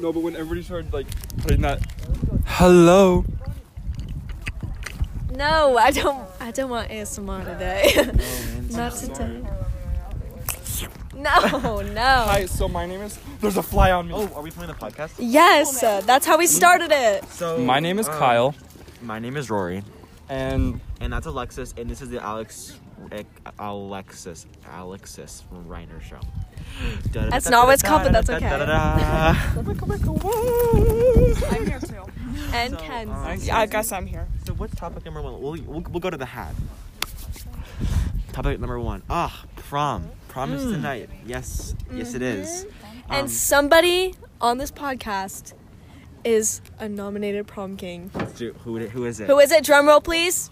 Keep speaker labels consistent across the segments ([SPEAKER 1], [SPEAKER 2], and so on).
[SPEAKER 1] No, but when everybody started like playing that, hello.
[SPEAKER 2] No, I don't. I don't want ASMR today. Not today. No, no.
[SPEAKER 1] Hi, so my name is. There's a fly on me.
[SPEAKER 3] Oh, are we playing a podcast?
[SPEAKER 2] Yes, uh, that's how we started it.
[SPEAKER 3] So
[SPEAKER 1] My name is
[SPEAKER 3] um,
[SPEAKER 1] Kyle,
[SPEAKER 3] My name is Rory,
[SPEAKER 1] and
[SPEAKER 3] and that's Alexis, and this is the Alex, Ec- Alexis, Alexis Reiner show.
[SPEAKER 2] That's not what it's called, but that's okay.
[SPEAKER 4] I'm here too.
[SPEAKER 2] And
[SPEAKER 3] So, um,
[SPEAKER 2] Ken's.
[SPEAKER 3] I-
[SPEAKER 4] Yeah, I guess I'm here.
[SPEAKER 3] So what topic number one? We'll, we'll, we'll go to the hat. Topic number one. Ah, prom. Prom
[SPEAKER 2] Hmm.
[SPEAKER 3] is tonight. Yes, yes it is. Um,
[SPEAKER 2] And somebody on this podcast is a nominated prom king.
[SPEAKER 3] do- who, it- who is it?
[SPEAKER 2] Who is it? Drum roll, please.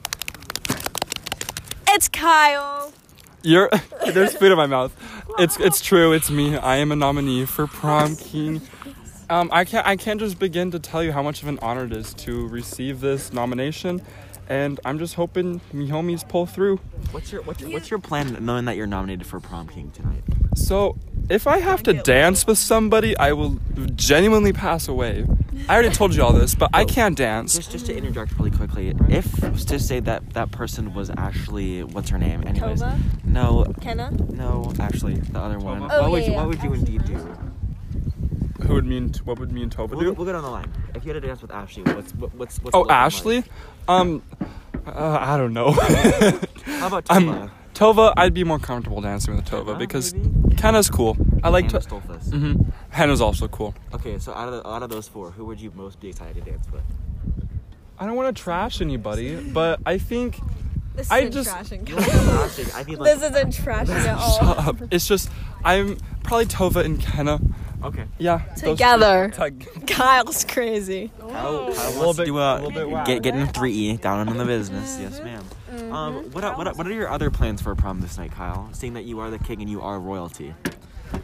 [SPEAKER 2] It's Kyle.
[SPEAKER 1] you're. there's food in my mouth. It's it's true. It's me. I am a nominee for prom king. Um, I can't I can't just begin to tell you how much of an honor it is to receive this nomination, and I'm just hoping me homies pull through.
[SPEAKER 3] What's your what's your, what's your plan knowing that you're nominated for prom king tonight?
[SPEAKER 1] So if I have to dance with somebody, I will genuinely pass away. I already told you all this, but I can't dance.
[SPEAKER 3] Just just to interject really quickly, if to say that that person was actually what's her name? Anyways,
[SPEAKER 2] Tova?
[SPEAKER 3] no,
[SPEAKER 2] Kenna?
[SPEAKER 3] no, actually the other one.
[SPEAKER 1] Tova?
[SPEAKER 2] Oh,
[SPEAKER 3] what would
[SPEAKER 2] yeah,
[SPEAKER 3] you
[SPEAKER 2] yeah.
[SPEAKER 3] what would you indeed do?
[SPEAKER 1] Who would mean what would mean Toba
[SPEAKER 3] We'll,
[SPEAKER 1] do?
[SPEAKER 3] we'll get on the line. If you had to dance with Ashley, what's what, what's what's? the
[SPEAKER 1] Oh,
[SPEAKER 3] line like?
[SPEAKER 1] Ashley? Um, uh, I don't know.
[SPEAKER 3] How about
[SPEAKER 1] I'm-
[SPEAKER 3] Tova?
[SPEAKER 1] Tova, I'd be more comfortable dancing with Tova
[SPEAKER 3] Tova,
[SPEAKER 1] because
[SPEAKER 3] Ah, maybe?
[SPEAKER 1] Kenna's cool. I like
[SPEAKER 3] Hannah
[SPEAKER 1] to.
[SPEAKER 3] Stolfus.
[SPEAKER 1] hmm Hannah's also cool.
[SPEAKER 3] Okay, so out of the, out of those four, who would you most be excited to dance with?
[SPEAKER 1] I don't want to trash anybody, but I think
[SPEAKER 2] This
[SPEAKER 1] I
[SPEAKER 2] isn't
[SPEAKER 1] just-
[SPEAKER 2] trashing.
[SPEAKER 3] You like Ashley, I mean, like,
[SPEAKER 2] This isn't trashing at
[SPEAKER 1] shut
[SPEAKER 2] all.
[SPEAKER 1] up. It's just I'm probably Tova and Kenna.
[SPEAKER 3] okay.
[SPEAKER 1] Yeah, those two.
[SPEAKER 2] Together.
[SPEAKER 1] Tug-
[SPEAKER 2] Kyle's crazy.
[SPEAKER 3] Kyle, Kyle
[SPEAKER 1] little
[SPEAKER 3] wants to
[SPEAKER 1] bit-
[SPEAKER 3] do a,
[SPEAKER 1] little bit wow.
[SPEAKER 3] get getting three E down in the business. Yes,
[SPEAKER 2] Mm-hmm.
[SPEAKER 3] madam Um, what, are- what are- what are your other plans for prom this night, Kyle? Seeing that you are the king and you are royalty.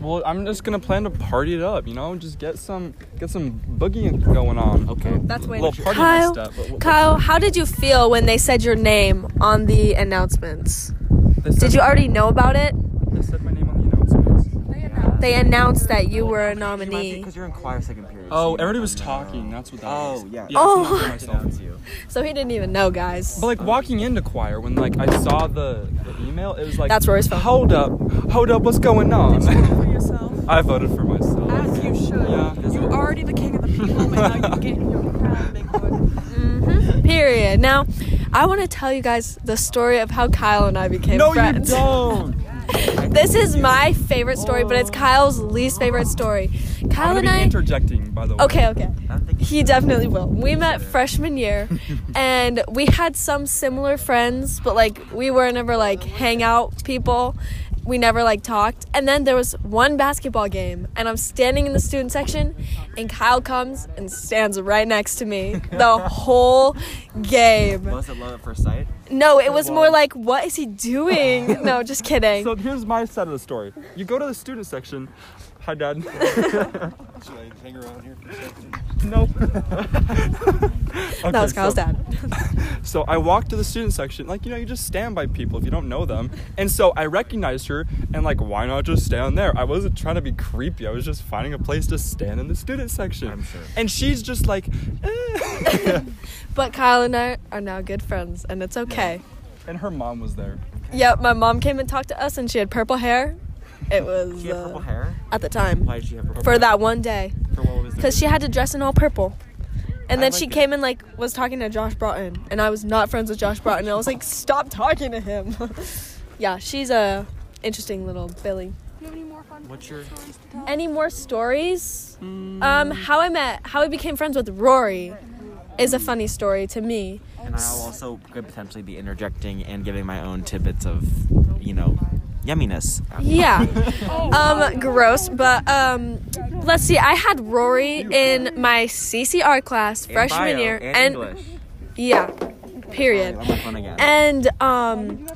[SPEAKER 1] Well, I'm just gonna plan to party it up, you know, just get some get some boogieing going on.
[SPEAKER 3] Okay.
[SPEAKER 2] Oh, That's way
[SPEAKER 1] little party
[SPEAKER 2] Kyle,
[SPEAKER 1] messed up, but what-
[SPEAKER 2] Kyle, how did you feel when they said your name on the announcements?
[SPEAKER 1] They said-
[SPEAKER 2] Did you already know about it?
[SPEAKER 1] They said my name on the announcements.
[SPEAKER 2] They announced that you were a nominee.
[SPEAKER 3] Because you're in choir second period. so
[SPEAKER 1] Oh,
[SPEAKER 3] you don't
[SPEAKER 1] everybody was
[SPEAKER 3] know.
[SPEAKER 1] talking. That's what that
[SPEAKER 3] Oh,
[SPEAKER 1] was.
[SPEAKER 3] yeah.
[SPEAKER 1] I
[SPEAKER 2] Oh.
[SPEAKER 1] couldn't hear myself.
[SPEAKER 3] It's you.
[SPEAKER 2] So he didn't even know, guys.
[SPEAKER 1] But like walking into choir when like I saw the, the email, it was like
[SPEAKER 2] That's Rory's phone.
[SPEAKER 1] Hold up, hold up, what's going on?
[SPEAKER 4] For yourself,
[SPEAKER 1] I voted for myself.
[SPEAKER 4] as you should.
[SPEAKER 1] Yeah.
[SPEAKER 4] You're already the king of the people, and now you get your crown, big boy.
[SPEAKER 2] Mm-hmm. Period. Now, I want to tell you guys the story of how Kyle and I became
[SPEAKER 1] No, you
[SPEAKER 2] friends.
[SPEAKER 1] don't.
[SPEAKER 2] This is my favorite story, but it's Kyle's least favorite story.
[SPEAKER 1] I'm
[SPEAKER 2] Kyle
[SPEAKER 1] gonna
[SPEAKER 2] and
[SPEAKER 1] be
[SPEAKER 2] I.
[SPEAKER 1] interjecting, by the way.
[SPEAKER 2] Okay, okay.
[SPEAKER 3] I don't think
[SPEAKER 2] He definitely will. We met freshman year and we had some similar friends, but like we were never like hangout people. We never like talked. And then there was one basketball game and I'm standing in the student section and Kyle comes and stands right next to me the whole game.
[SPEAKER 3] Was it love at first sight?
[SPEAKER 2] No, it was more like what is he doing? No, just kidding.
[SPEAKER 1] So here's my side of the story. You go to the student section. Hi, Dad.
[SPEAKER 5] Should I hang around here for a second?
[SPEAKER 1] nope.
[SPEAKER 2] That was
[SPEAKER 1] so,
[SPEAKER 2] Kyle's dad.
[SPEAKER 1] So I walked to the student section, like you know, you just stand by people if you don't know them. And so I recognized her, and like, why not just stand there? I wasn't trying to be creepy. I was just finding a place to stand in the student section.
[SPEAKER 3] I'm sure.
[SPEAKER 1] And she's just like, eh.
[SPEAKER 2] But Kyle and I are now good friends and it's okay.
[SPEAKER 1] and her mom was there.
[SPEAKER 2] Yep, my mom came and talked to us, and she had purple hair. It was
[SPEAKER 3] She had
[SPEAKER 2] uh,
[SPEAKER 3] purple hair.
[SPEAKER 2] at the time
[SPEAKER 3] Why did she have purple?
[SPEAKER 2] for that one day
[SPEAKER 3] For what was the
[SPEAKER 2] because she had to dress in all purple. And
[SPEAKER 3] I
[SPEAKER 2] then
[SPEAKER 3] like
[SPEAKER 2] she
[SPEAKER 3] it.
[SPEAKER 2] came and like was talking to Josh Broughton, and I was not friends with Josh Broughton. And I was like, stop talking to him. yeah, she's a interesting little Billy.
[SPEAKER 3] What's your?
[SPEAKER 2] Any more stories?
[SPEAKER 3] Mm.
[SPEAKER 2] Um, how I met, how I became friends with Rory, is a funny story to me.
[SPEAKER 3] And I'll also could potentially be interjecting and giving my own tidbits of, you know, yumminess.
[SPEAKER 2] Yeah. um, gross, but um, let's see. I had Rory in my CCR class
[SPEAKER 3] And
[SPEAKER 2] freshman
[SPEAKER 3] bio,
[SPEAKER 2] year,
[SPEAKER 3] and, English.
[SPEAKER 2] yeah, period.
[SPEAKER 3] I'm on my phone again.
[SPEAKER 2] And um,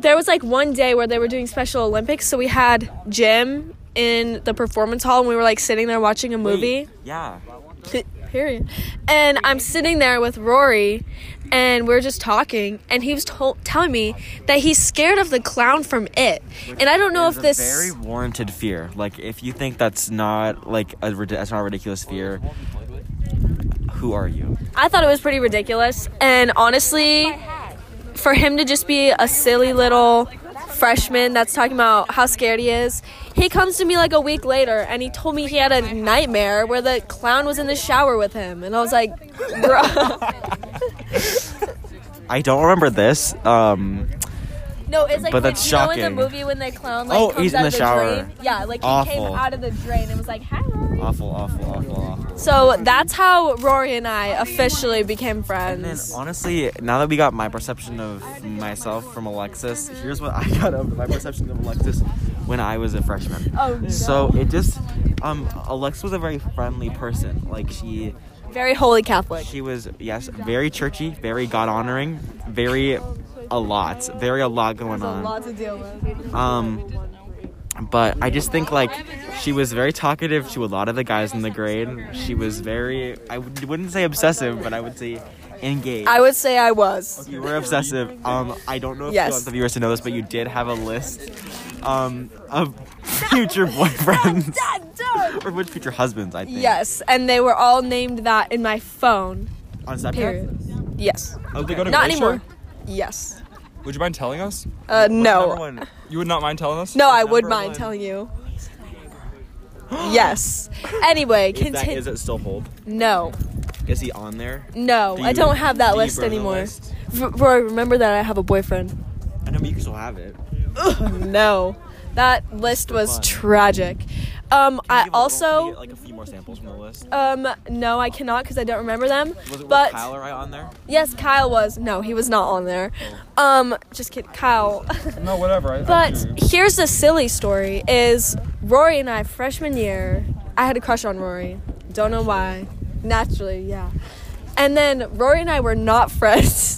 [SPEAKER 2] there was like one day where they were doing Special Olympics, so we had gym in the performance hall, and we were like sitting there watching a movie.
[SPEAKER 3] Yeah.
[SPEAKER 2] Period. And I'm sitting there with Rory, and we're just talking, and he was tol- telling me that he's scared of the clown from It, and I don't know if
[SPEAKER 3] It's a
[SPEAKER 2] this.
[SPEAKER 3] very warranted fear. Like if you think that's not like a rid- that's not a ridiculous fear, who are you?
[SPEAKER 2] I thought it was pretty ridiculous. And honestly, for him to just be a silly little freshman that's talking about how scared he is, he comes to me like a week later and he told me he had a nightmare where the clown was in the shower with him. And I was like, bro.
[SPEAKER 3] I don't remember this. Um,
[SPEAKER 2] No, it's like when-
[SPEAKER 3] But that's
[SPEAKER 2] you know in the
[SPEAKER 3] shocking.
[SPEAKER 2] movie when the clown like
[SPEAKER 3] Oh,
[SPEAKER 2] comes
[SPEAKER 3] he's in
[SPEAKER 2] out
[SPEAKER 3] the
[SPEAKER 2] of the
[SPEAKER 3] shower.
[SPEAKER 2] drain. Yeah, like he came
[SPEAKER 3] Awful.
[SPEAKER 2] out of the drain and was like, "Hi, Rory."
[SPEAKER 3] awful, awful, awful, awful.
[SPEAKER 2] So that's how Rory and I officially became
[SPEAKER 3] And then
[SPEAKER 2] friends.
[SPEAKER 3] honestly, now that we got my perception of myself from Alexis, here's what I got of my perception of Alexis when I was a freshman.
[SPEAKER 2] Oh, no.
[SPEAKER 3] So it just um Alexis was a very friendly person. Like she
[SPEAKER 2] very holy Catholic.
[SPEAKER 3] She was, yes, very churchy, very God honoring, very a lot, very a lot going
[SPEAKER 2] A lot
[SPEAKER 3] on.
[SPEAKER 2] to deal with.
[SPEAKER 3] Um, but I just think like she was very talkative to a lot of the guys in the grade. She was very, I w- wouldn't say obsessive, but I would say engaged.
[SPEAKER 2] I would say I was.
[SPEAKER 3] you were obsessive. Um, I don't know if
[SPEAKER 2] Yes.
[SPEAKER 3] you want the viewers to know this, but you did have a list um, of future boyfriends.
[SPEAKER 2] Dad, don't.
[SPEAKER 3] Or which future husbands, I think.
[SPEAKER 2] Yes, and they were all named that in my phone.
[SPEAKER 3] On Snapchat? Oh,
[SPEAKER 2] Period. Yes.
[SPEAKER 1] Did they go to
[SPEAKER 2] Not
[SPEAKER 1] Glacier?
[SPEAKER 2] anymore. Yes.
[SPEAKER 1] Would you mind telling us?
[SPEAKER 2] Uh,
[SPEAKER 3] What's number
[SPEAKER 2] no.
[SPEAKER 3] one?
[SPEAKER 1] You would not mind telling us?
[SPEAKER 2] No, I would
[SPEAKER 3] Number
[SPEAKER 2] mind
[SPEAKER 3] one.
[SPEAKER 2] telling you. yes. Anyway,
[SPEAKER 3] Is, that,
[SPEAKER 2] continue.
[SPEAKER 3] is it still hold?
[SPEAKER 2] No,
[SPEAKER 3] Is he on there?
[SPEAKER 2] no,
[SPEAKER 3] Do
[SPEAKER 2] Oh, I
[SPEAKER 3] you-
[SPEAKER 2] don't have that
[SPEAKER 3] do you
[SPEAKER 2] list
[SPEAKER 3] burn the
[SPEAKER 2] anymore.
[SPEAKER 3] list?
[SPEAKER 2] R- Roy, remember that I have a boyfriend.
[SPEAKER 3] I know, but you can still have it.
[SPEAKER 2] No, that list was
[SPEAKER 3] fun.
[SPEAKER 2] tragic. Um, I
[SPEAKER 3] Can you give a little- can you
[SPEAKER 2] also,
[SPEAKER 3] get, like a few more samples from the list.
[SPEAKER 2] um, no, I cannot because I don't remember them.
[SPEAKER 3] Was it
[SPEAKER 2] But
[SPEAKER 3] was Kyle right on there?
[SPEAKER 2] Yes, Kyle was. No, he was not on there. Um, just kidding, Kyle.
[SPEAKER 1] No, whatever. I,
[SPEAKER 2] but here's the silly story: is Rory and I freshman year, I had a crush on Rory. Don't know why. Naturally, yeah. And then Rory and I were not friends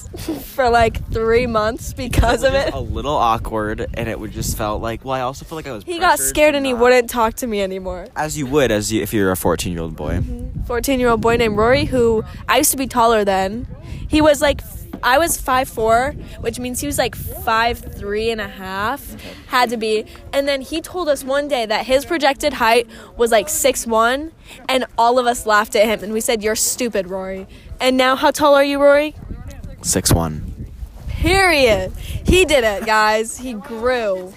[SPEAKER 2] for like three months because of
[SPEAKER 3] was
[SPEAKER 2] it.
[SPEAKER 3] a little awkward, and it would just felt like. Well, I also feel like I was.
[SPEAKER 2] He got
[SPEAKER 3] pressured
[SPEAKER 2] scared
[SPEAKER 3] to
[SPEAKER 2] and he
[SPEAKER 3] not-
[SPEAKER 2] wouldn't talk to me anymore.
[SPEAKER 3] As you would, as you, if you're a 14 year old boy.
[SPEAKER 2] 14 year old boy named Rory who I used to be taller than. He was like, I was 5'4, which means he was like 5'3 and a half, had to be. And then he told us one day that his projected height was like 6'1, and all of us laughed at him and we said, You're stupid, Rory. And now, how tall are you, Rory?
[SPEAKER 3] Six one.
[SPEAKER 2] Period. He did it, guys. He grew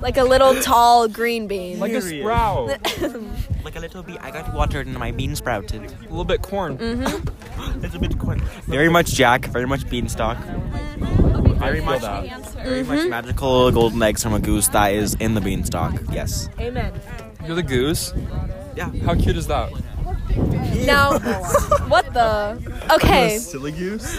[SPEAKER 2] like a little tall green bean.
[SPEAKER 1] like a
[SPEAKER 3] Period.
[SPEAKER 1] sprout. a
[SPEAKER 3] Like a little bee, I got watered and my bean sprouted.
[SPEAKER 1] little bit corn.
[SPEAKER 2] Mm-hmm.
[SPEAKER 3] It's a bit quick. Very much Jack. Very much beanstalk. Mm-hmm.
[SPEAKER 1] I feel that.
[SPEAKER 3] Very much magical golden eggs from a goose that is in the beanstalk. Yes.
[SPEAKER 2] Amen.
[SPEAKER 1] You're the goose.
[SPEAKER 3] Yeah.
[SPEAKER 1] How cute is that?
[SPEAKER 2] Now, what the? Okay.
[SPEAKER 3] Silly goose.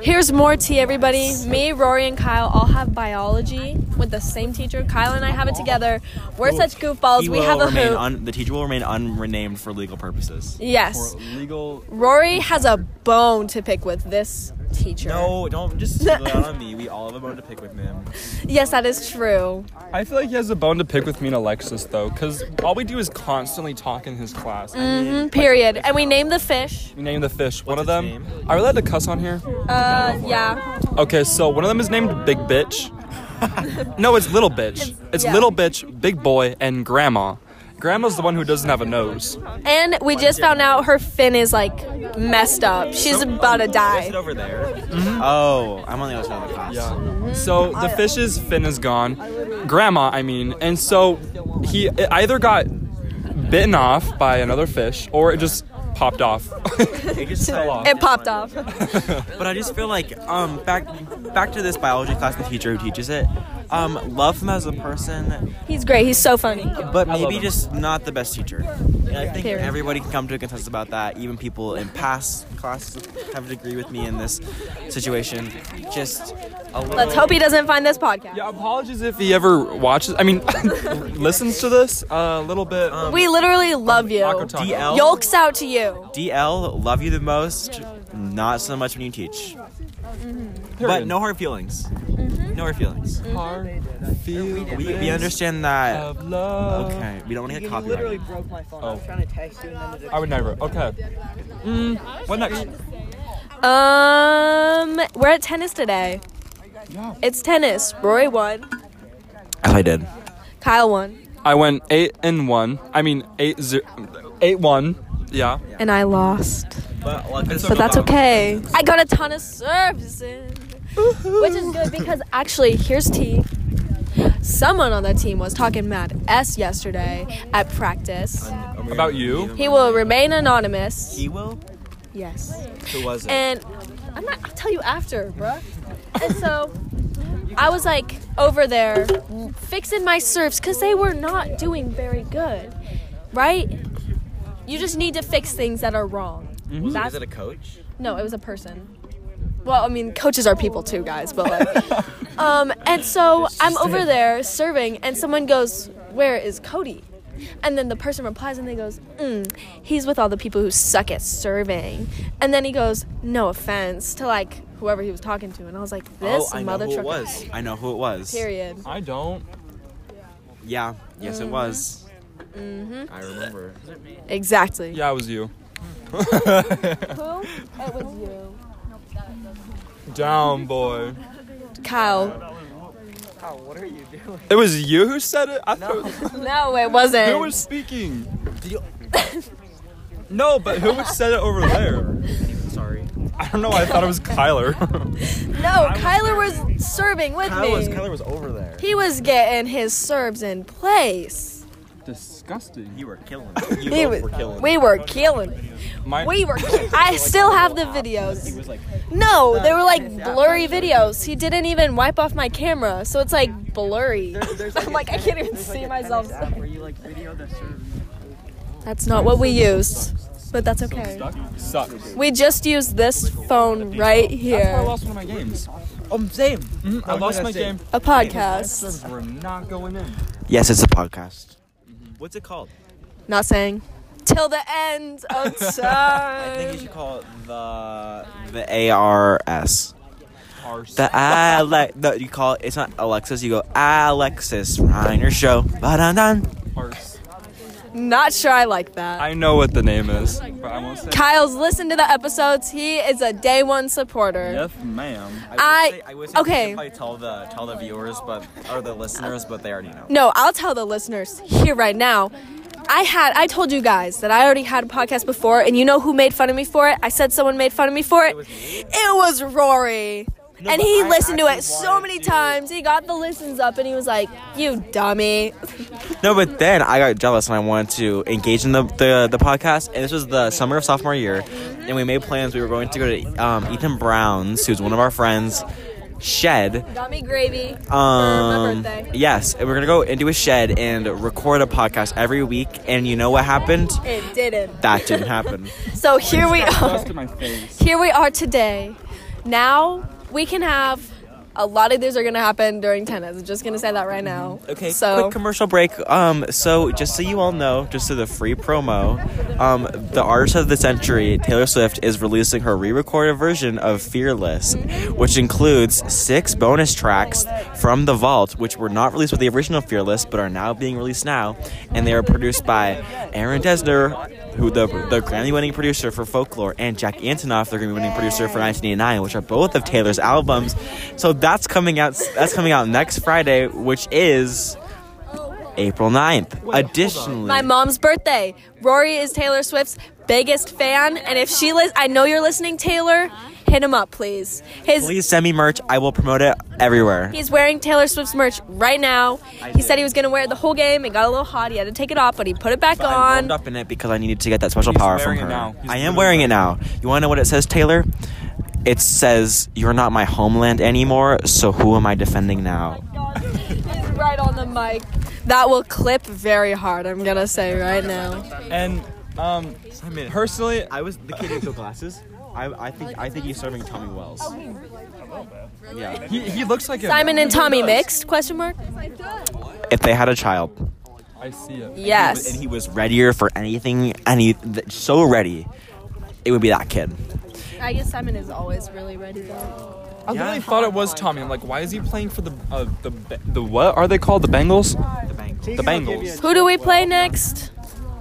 [SPEAKER 2] Here's more tea, everybody. Me, Rory, and Kyle all have biology with the same teacher. Kyle and I have it together. We're such goofballs.
[SPEAKER 3] He
[SPEAKER 2] We
[SPEAKER 3] will
[SPEAKER 2] have a
[SPEAKER 3] remain
[SPEAKER 2] hoop.
[SPEAKER 3] un- the teacher will remain unrenamed for legal purposes.
[SPEAKER 2] yes.
[SPEAKER 1] For legal.
[SPEAKER 2] Rory has a bone to pick with this teacher.
[SPEAKER 3] No, don't just spill it out on me. We all have a bone to pick with him.
[SPEAKER 2] Yes, that is true.
[SPEAKER 1] I feel like he has a bone to pick with me and Alexis though, because all we do is constantly talk in his class.
[SPEAKER 2] Mm, period. And we name the fish.
[SPEAKER 1] We name the fish. one of
[SPEAKER 3] its
[SPEAKER 1] them.
[SPEAKER 3] name?
[SPEAKER 1] Are we allowed to cuss on here?
[SPEAKER 2] Uh, yeah.
[SPEAKER 1] Okay, so one of them is named Big Bitch. no, it's Little Bitch. It's
[SPEAKER 2] yeah.
[SPEAKER 1] Little Bitch, Big Boy, and Grandma. Grandma's the one who doesn't have a nose.
[SPEAKER 2] And we just found out her fin is like messed up. She's about to
[SPEAKER 3] Is
[SPEAKER 2] die.
[SPEAKER 3] it over there? Oh, I'm on the other side of the class.
[SPEAKER 1] So the fish's fin is gone. Grandma, I mean. And so he it either got bitten off by another fish or it just popped off.
[SPEAKER 3] It just fell off.
[SPEAKER 2] It popped off.
[SPEAKER 3] But I just feel like um back back to this biology class, the teacher who teaches it. Um, love him as a person,
[SPEAKER 2] He's great. He's so funny.
[SPEAKER 3] but
[SPEAKER 1] love
[SPEAKER 3] maybe
[SPEAKER 1] him.
[SPEAKER 3] just not the best teacher. And I think
[SPEAKER 2] Period.
[SPEAKER 3] everybody can come to a consensus about that. Even people in past classes have agreed with me in this situation. Just a little.
[SPEAKER 2] Let's hope he doesn't find this podcast.
[SPEAKER 1] yeah, apologies if he ever watches, I mean, listens to this a little bit.
[SPEAKER 2] We literally love you.
[SPEAKER 1] Taco Taco.
[SPEAKER 3] DL.
[SPEAKER 2] Yolks out to you.
[SPEAKER 3] DL, love you the most. Not so much when you teach.
[SPEAKER 1] Period.
[SPEAKER 3] But no hard feelings.
[SPEAKER 2] Mm-hmm.
[SPEAKER 3] No hard feelings.
[SPEAKER 1] hard feelings.
[SPEAKER 3] We, we understand that.
[SPEAKER 1] Of love.
[SPEAKER 3] Okay, we don't want to
[SPEAKER 6] You
[SPEAKER 3] get
[SPEAKER 6] literally
[SPEAKER 3] copyrighted.
[SPEAKER 6] broke my phone. I was
[SPEAKER 1] Oh.
[SPEAKER 6] trying to text you and then it
[SPEAKER 1] I would never. Okay. Mm, what next?
[SPEAKER 2] Um, we're at tennis today.
[SPEAKER 1] Yeah.
[SPEAKER 2] It's tennis. Rory won.
[SPEAKER 3] I did.
[SPEAKER 2] Kyle won.
[SPEAKER 1] I went eight and one. I mean eight zero, eight one. Yeah.
[SPEAKER 2] And I lost.
[SPEAKER 3] But,
[SPEAKER 2] But that's okay. I got a ton of serves in. Which is good because actually, here's tea. Someone on that team was talking mad S yesterday at practice.
[SPEAKER 1] About you?
[SPEAKER 2] He will remain anonymous.
[SPEAKER 3] He will.
[SPEAKER 2] Yes.
[SPEAKER 3] Who was it?
[SPEAKER 2] And I'm not. I'll tell you after, bruh. And so I was like over there fixing my serves because they were not doing very good, right? You just need to fix things that are wrong. That's
[SPEAKER 3] was Mm-hmm. it a coach?
[SPEAKER 2] no, it was a person. Well, I mean, coaches are people too, guys, but like. um, and so I'm over there serving, and someone goes, Where is Cody? And then the person replies, and they goes, mm, He's with all the people who suck at serving. And then he goes, No offense to like whoever he was talking to. And I was like, This
[SPEAKER 3] oh, I know
[SPEAKER 2] mother
[SPEAKER 3] who
[SPEAKER 2] trucker.
[SPEAKER 3] it was. I know who it was.
[SPEAKER 2] Period. Mm-hmm.
[SPEAKER 1] I don't.
[SPEAKER 3] Yeah. Yes, it was.
[SPEAKER 2] hmm
[SPEAKER 3] I remember.
[SPEAKER 2] Exactly.
[SPEAKER 1] Yeah, it was you.
[SPEAKER 2] Who? It was you.
[SPEAKER 1] Down, boy.
[SPEAKER 2] Kyle.
[SPEAKER 6] Oh, what are you doing?
[SPEAKER 1] It was you who said it. I thought.
[SPEAKER 2] No, it wasn't.
[SPEAKER 1] Who was speaking? No, but who would said it over there?
[SPEAKER 3] Sorry.
[SPEAKER 1] I don't know. I thought it was Kyler.
[SPEAKER 2] no, Kyler was serving with me.
[SPEAKER 3] was over there.
[SPEAKER 2] He was getting his serbs in place.
[SPEAKER 1] Disgusting.
[SPEAKER 3] You were killing. it. You
[SPEAKER 2] We
[SPEAKER 3] both
[SPEAKER 2] were,
[SPEAKER 3] were killing.
[SPEAKER 2] we were killing. it.
[SPEAKER 1] My,
[SPEAKER 2] We were. ki- I still have the videos. No, they were like blurry videos. He didn't even wipe off my camera, so it's like blurry. I'm like, I can't even see myself.
[SPEAKER 6] Where you like video the serve.
[SPEAKER 2] That's not what we used, but that's okay.
[SPEAKER 1] sucks.
[SPEAKER 2] We just used this phone right
[SPEAKER 1] That's why I
[SPEAKER 2] here.
[SPEAKER 1] lost one of my games.
[SPEAKER 6] Um, same.
[SPEAKER 1] Mm-hmm, I lost my game.
[SPEAKER 2] A podcast.
[SPEAKER 1] Servers were not going in.
[SPEAKER 3] Yes, it's a podcast. Mm-hmm. What's it called?
[SPEAKER 2] Not saying. Till the end of
[SPEAKER 3] I think you
[SPEAKER 2] time.
[SPEAKER 3] should call it the the ARS.
[SPEAKER 1] Arse.
[SPEAKER 3] The Alex. No, you call it. It's not Alexis. You go Alexis Reiner Show. Ba-dun-dun.
[SPEAKER 1] Arse.
[SPEAKER 2] Not sure I like that.
[SPEAKER 1] I know what the name is, but I won't say.
[SPEAKER 2] Kyle's listened to the episodes. He is a day one supporter.
[SPEAKER 1] Yes, ma'am.
[SPEAKER 3] I, would
[SPEAKER 2] I-
[SPEAKER 3] say, I would say we
[SPEAKER 2] okay.
[SPEAKER 3] should probably tell the tell the viewers, but or the listeners, but they already know.
[SPEAKER 2] No, I'll tell the listeners here right now. I had I told you guys that I already had a podcast before, and you know who made fun of me for it? I said someone made fun of me for it. It was, Rory. and he
[SPEAKER 3] but I
[SPEAKER 2] listened to it
[SPEAKER 3] actually
[SPEAKER 2] so
[SPEAKER 3] wanted
[SPEAKER 2] many
[SPEAKER 3] to-
[SPEAKER 2] times. He got the listens up, and he was like, "You dummy."
[SPEAKER 3] No, but then I got jealous and I wanted to engage in the, the, the podcast. And this was the summer of sophomore year. And we made plans. We were going to go to um, Ethan Brown's, who's one of our friends, shed.
[SPEAKER 2] Dummy gravy.
[SPEAKER 3] Um,
[SPEAKER 2] birthday.
[SPEAKER 3] yes, and we're going to go into a shed and record a podcast every week. And you know what happened?
[SPEAKER 2] It didn't.
[SPEAKER 3] That didn't happen.
[SPEAKER 2] So here we are.
[SPEAKER 1] Dust in my face.
[SPEAKER 2] Here we are today. Now we can have a lot of these are gonna happen during tennis. I'm just gonna say that right now.
[SPEAKER 3] Mm-hmm. Okay,
[SPEAKER 2] So
[SPEAKER 3] quick commercial break. Um, so just so you all know, just so the free promo, um, the artist of the century, Taylor Swift, is releasing her re-recorded version of Fearless, which includes six bonus tracks from the vault, which were not released with the original Fearless, but are now being released now, and they are produced by Aaron Desner, who the the Grammy-winning producer for Folklore, and Jack Antonoff, the Grammy-winning producer for 1989, which are both of Taylor's albums. So that's coming out. That's coming out next Friday, which is April 9th. Additionally,
[SPEAKER 2] my mom's birthday. Rory is Taylor Swift's biggest fan, and if she lis- I know you're listening, Taylor. Hit him up, please. His
[SPEAKER 3] please send me merch. I will promote it everywhere.
[SPEAKER 2] he's wearing Taylor Swift's merch right now. He said he was gonna wear it the whole game. It got a little hot. He had to take it off, but he put it back
[SPEAKER 3] I warmed
[SPEAKER 2] on.
[SPEAKER 3] up in it because I needed to get that special
[SPEAKER 1] He's
[SPEAKER 3] power from
[SPEAKER 1] wearing it
[SPEAKER 3] her.
[SPEAKER 1] now. He's
[SPEAKER 3] I am
[SPEAKER 1] literally
[SPEAKER 3] wearing it now. You want to know what it says, Taylor? It says you're not my homeland anymore. So who am I defending now?
[SPEAKER 2] He's right on the mic. That will clip very hard. I'm gonna say right now.
[SPEAKER 1] And um, personally,
[SPEAKER 3] I was the kid with the glasses. I, I think I think he's serving Tommy Wells. Yeah.
[SPEAKER 1] he, he looks like him.
[SPEAKER 2] Simon and Tommy mixed? Question mark.
[SPEAKER 3] If they had a child,
[SPEAKER 1] I see it.
[SPEAKER 2] Yes.
[SPEAKER 3] and he was readier for anything, any th- so ready. it would be that kid.
[SPEAKER 2] I guess Simon is always really ready though.
[SPEAKER 1] I literally thought it was Tommy. I'm like, why is he playing for the uh, the Ba- the what are they called? The Bengals? The Bengals.
[SPEAKER 2] Who do we play next?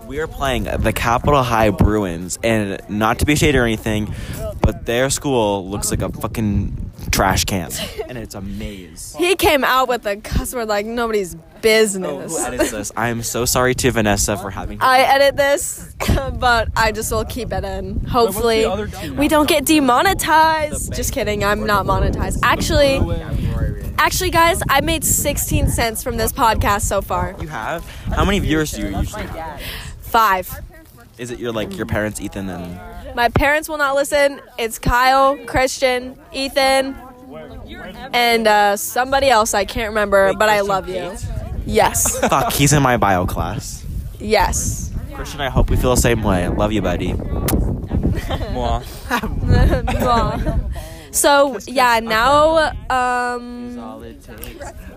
[SPEAKER 3] We are playing the Capitol High Bruins, and not to be shady or anything, but their school looks like a fucking trash can, and it's a maze.
[SPEAKER 2] He came out with a cuss word like nobody's business.
[SPEAKER 1] Oh,
[SPEAKER 3] Who edits this? I am so sorry to Vanessa for having.
[SPEAKER 2] I edit this, but I just will keep it in. Hopefully,
[SPEAKER 1] the other team?
[SPEAKER 2] we don't get demonetized. Just kidding, I'm not monetized. Actually, actually, guys, I made 16 cents from this podcast so far.
[SPEAKER 3] you have how many viewers do you usually?
[SPEAKER 2] Five.
[SPEAKER 3] Is it your like your parents, Ethan, and
[SPEAKER 2] My parents will not listen. It's Kyle, Christian, Ethan, and uh, somebody else I can't remember, but I love you. Yes,
[SPEAKER 3] fuck? He's in my bio class.
[SPEAKER 2] yes.
[SPEAKER 3] Christian, I hope we feel the same way. Love you, buddy.
[SPEAKER 1] Mwah.
[SPEAKER 2] so yeah, now um,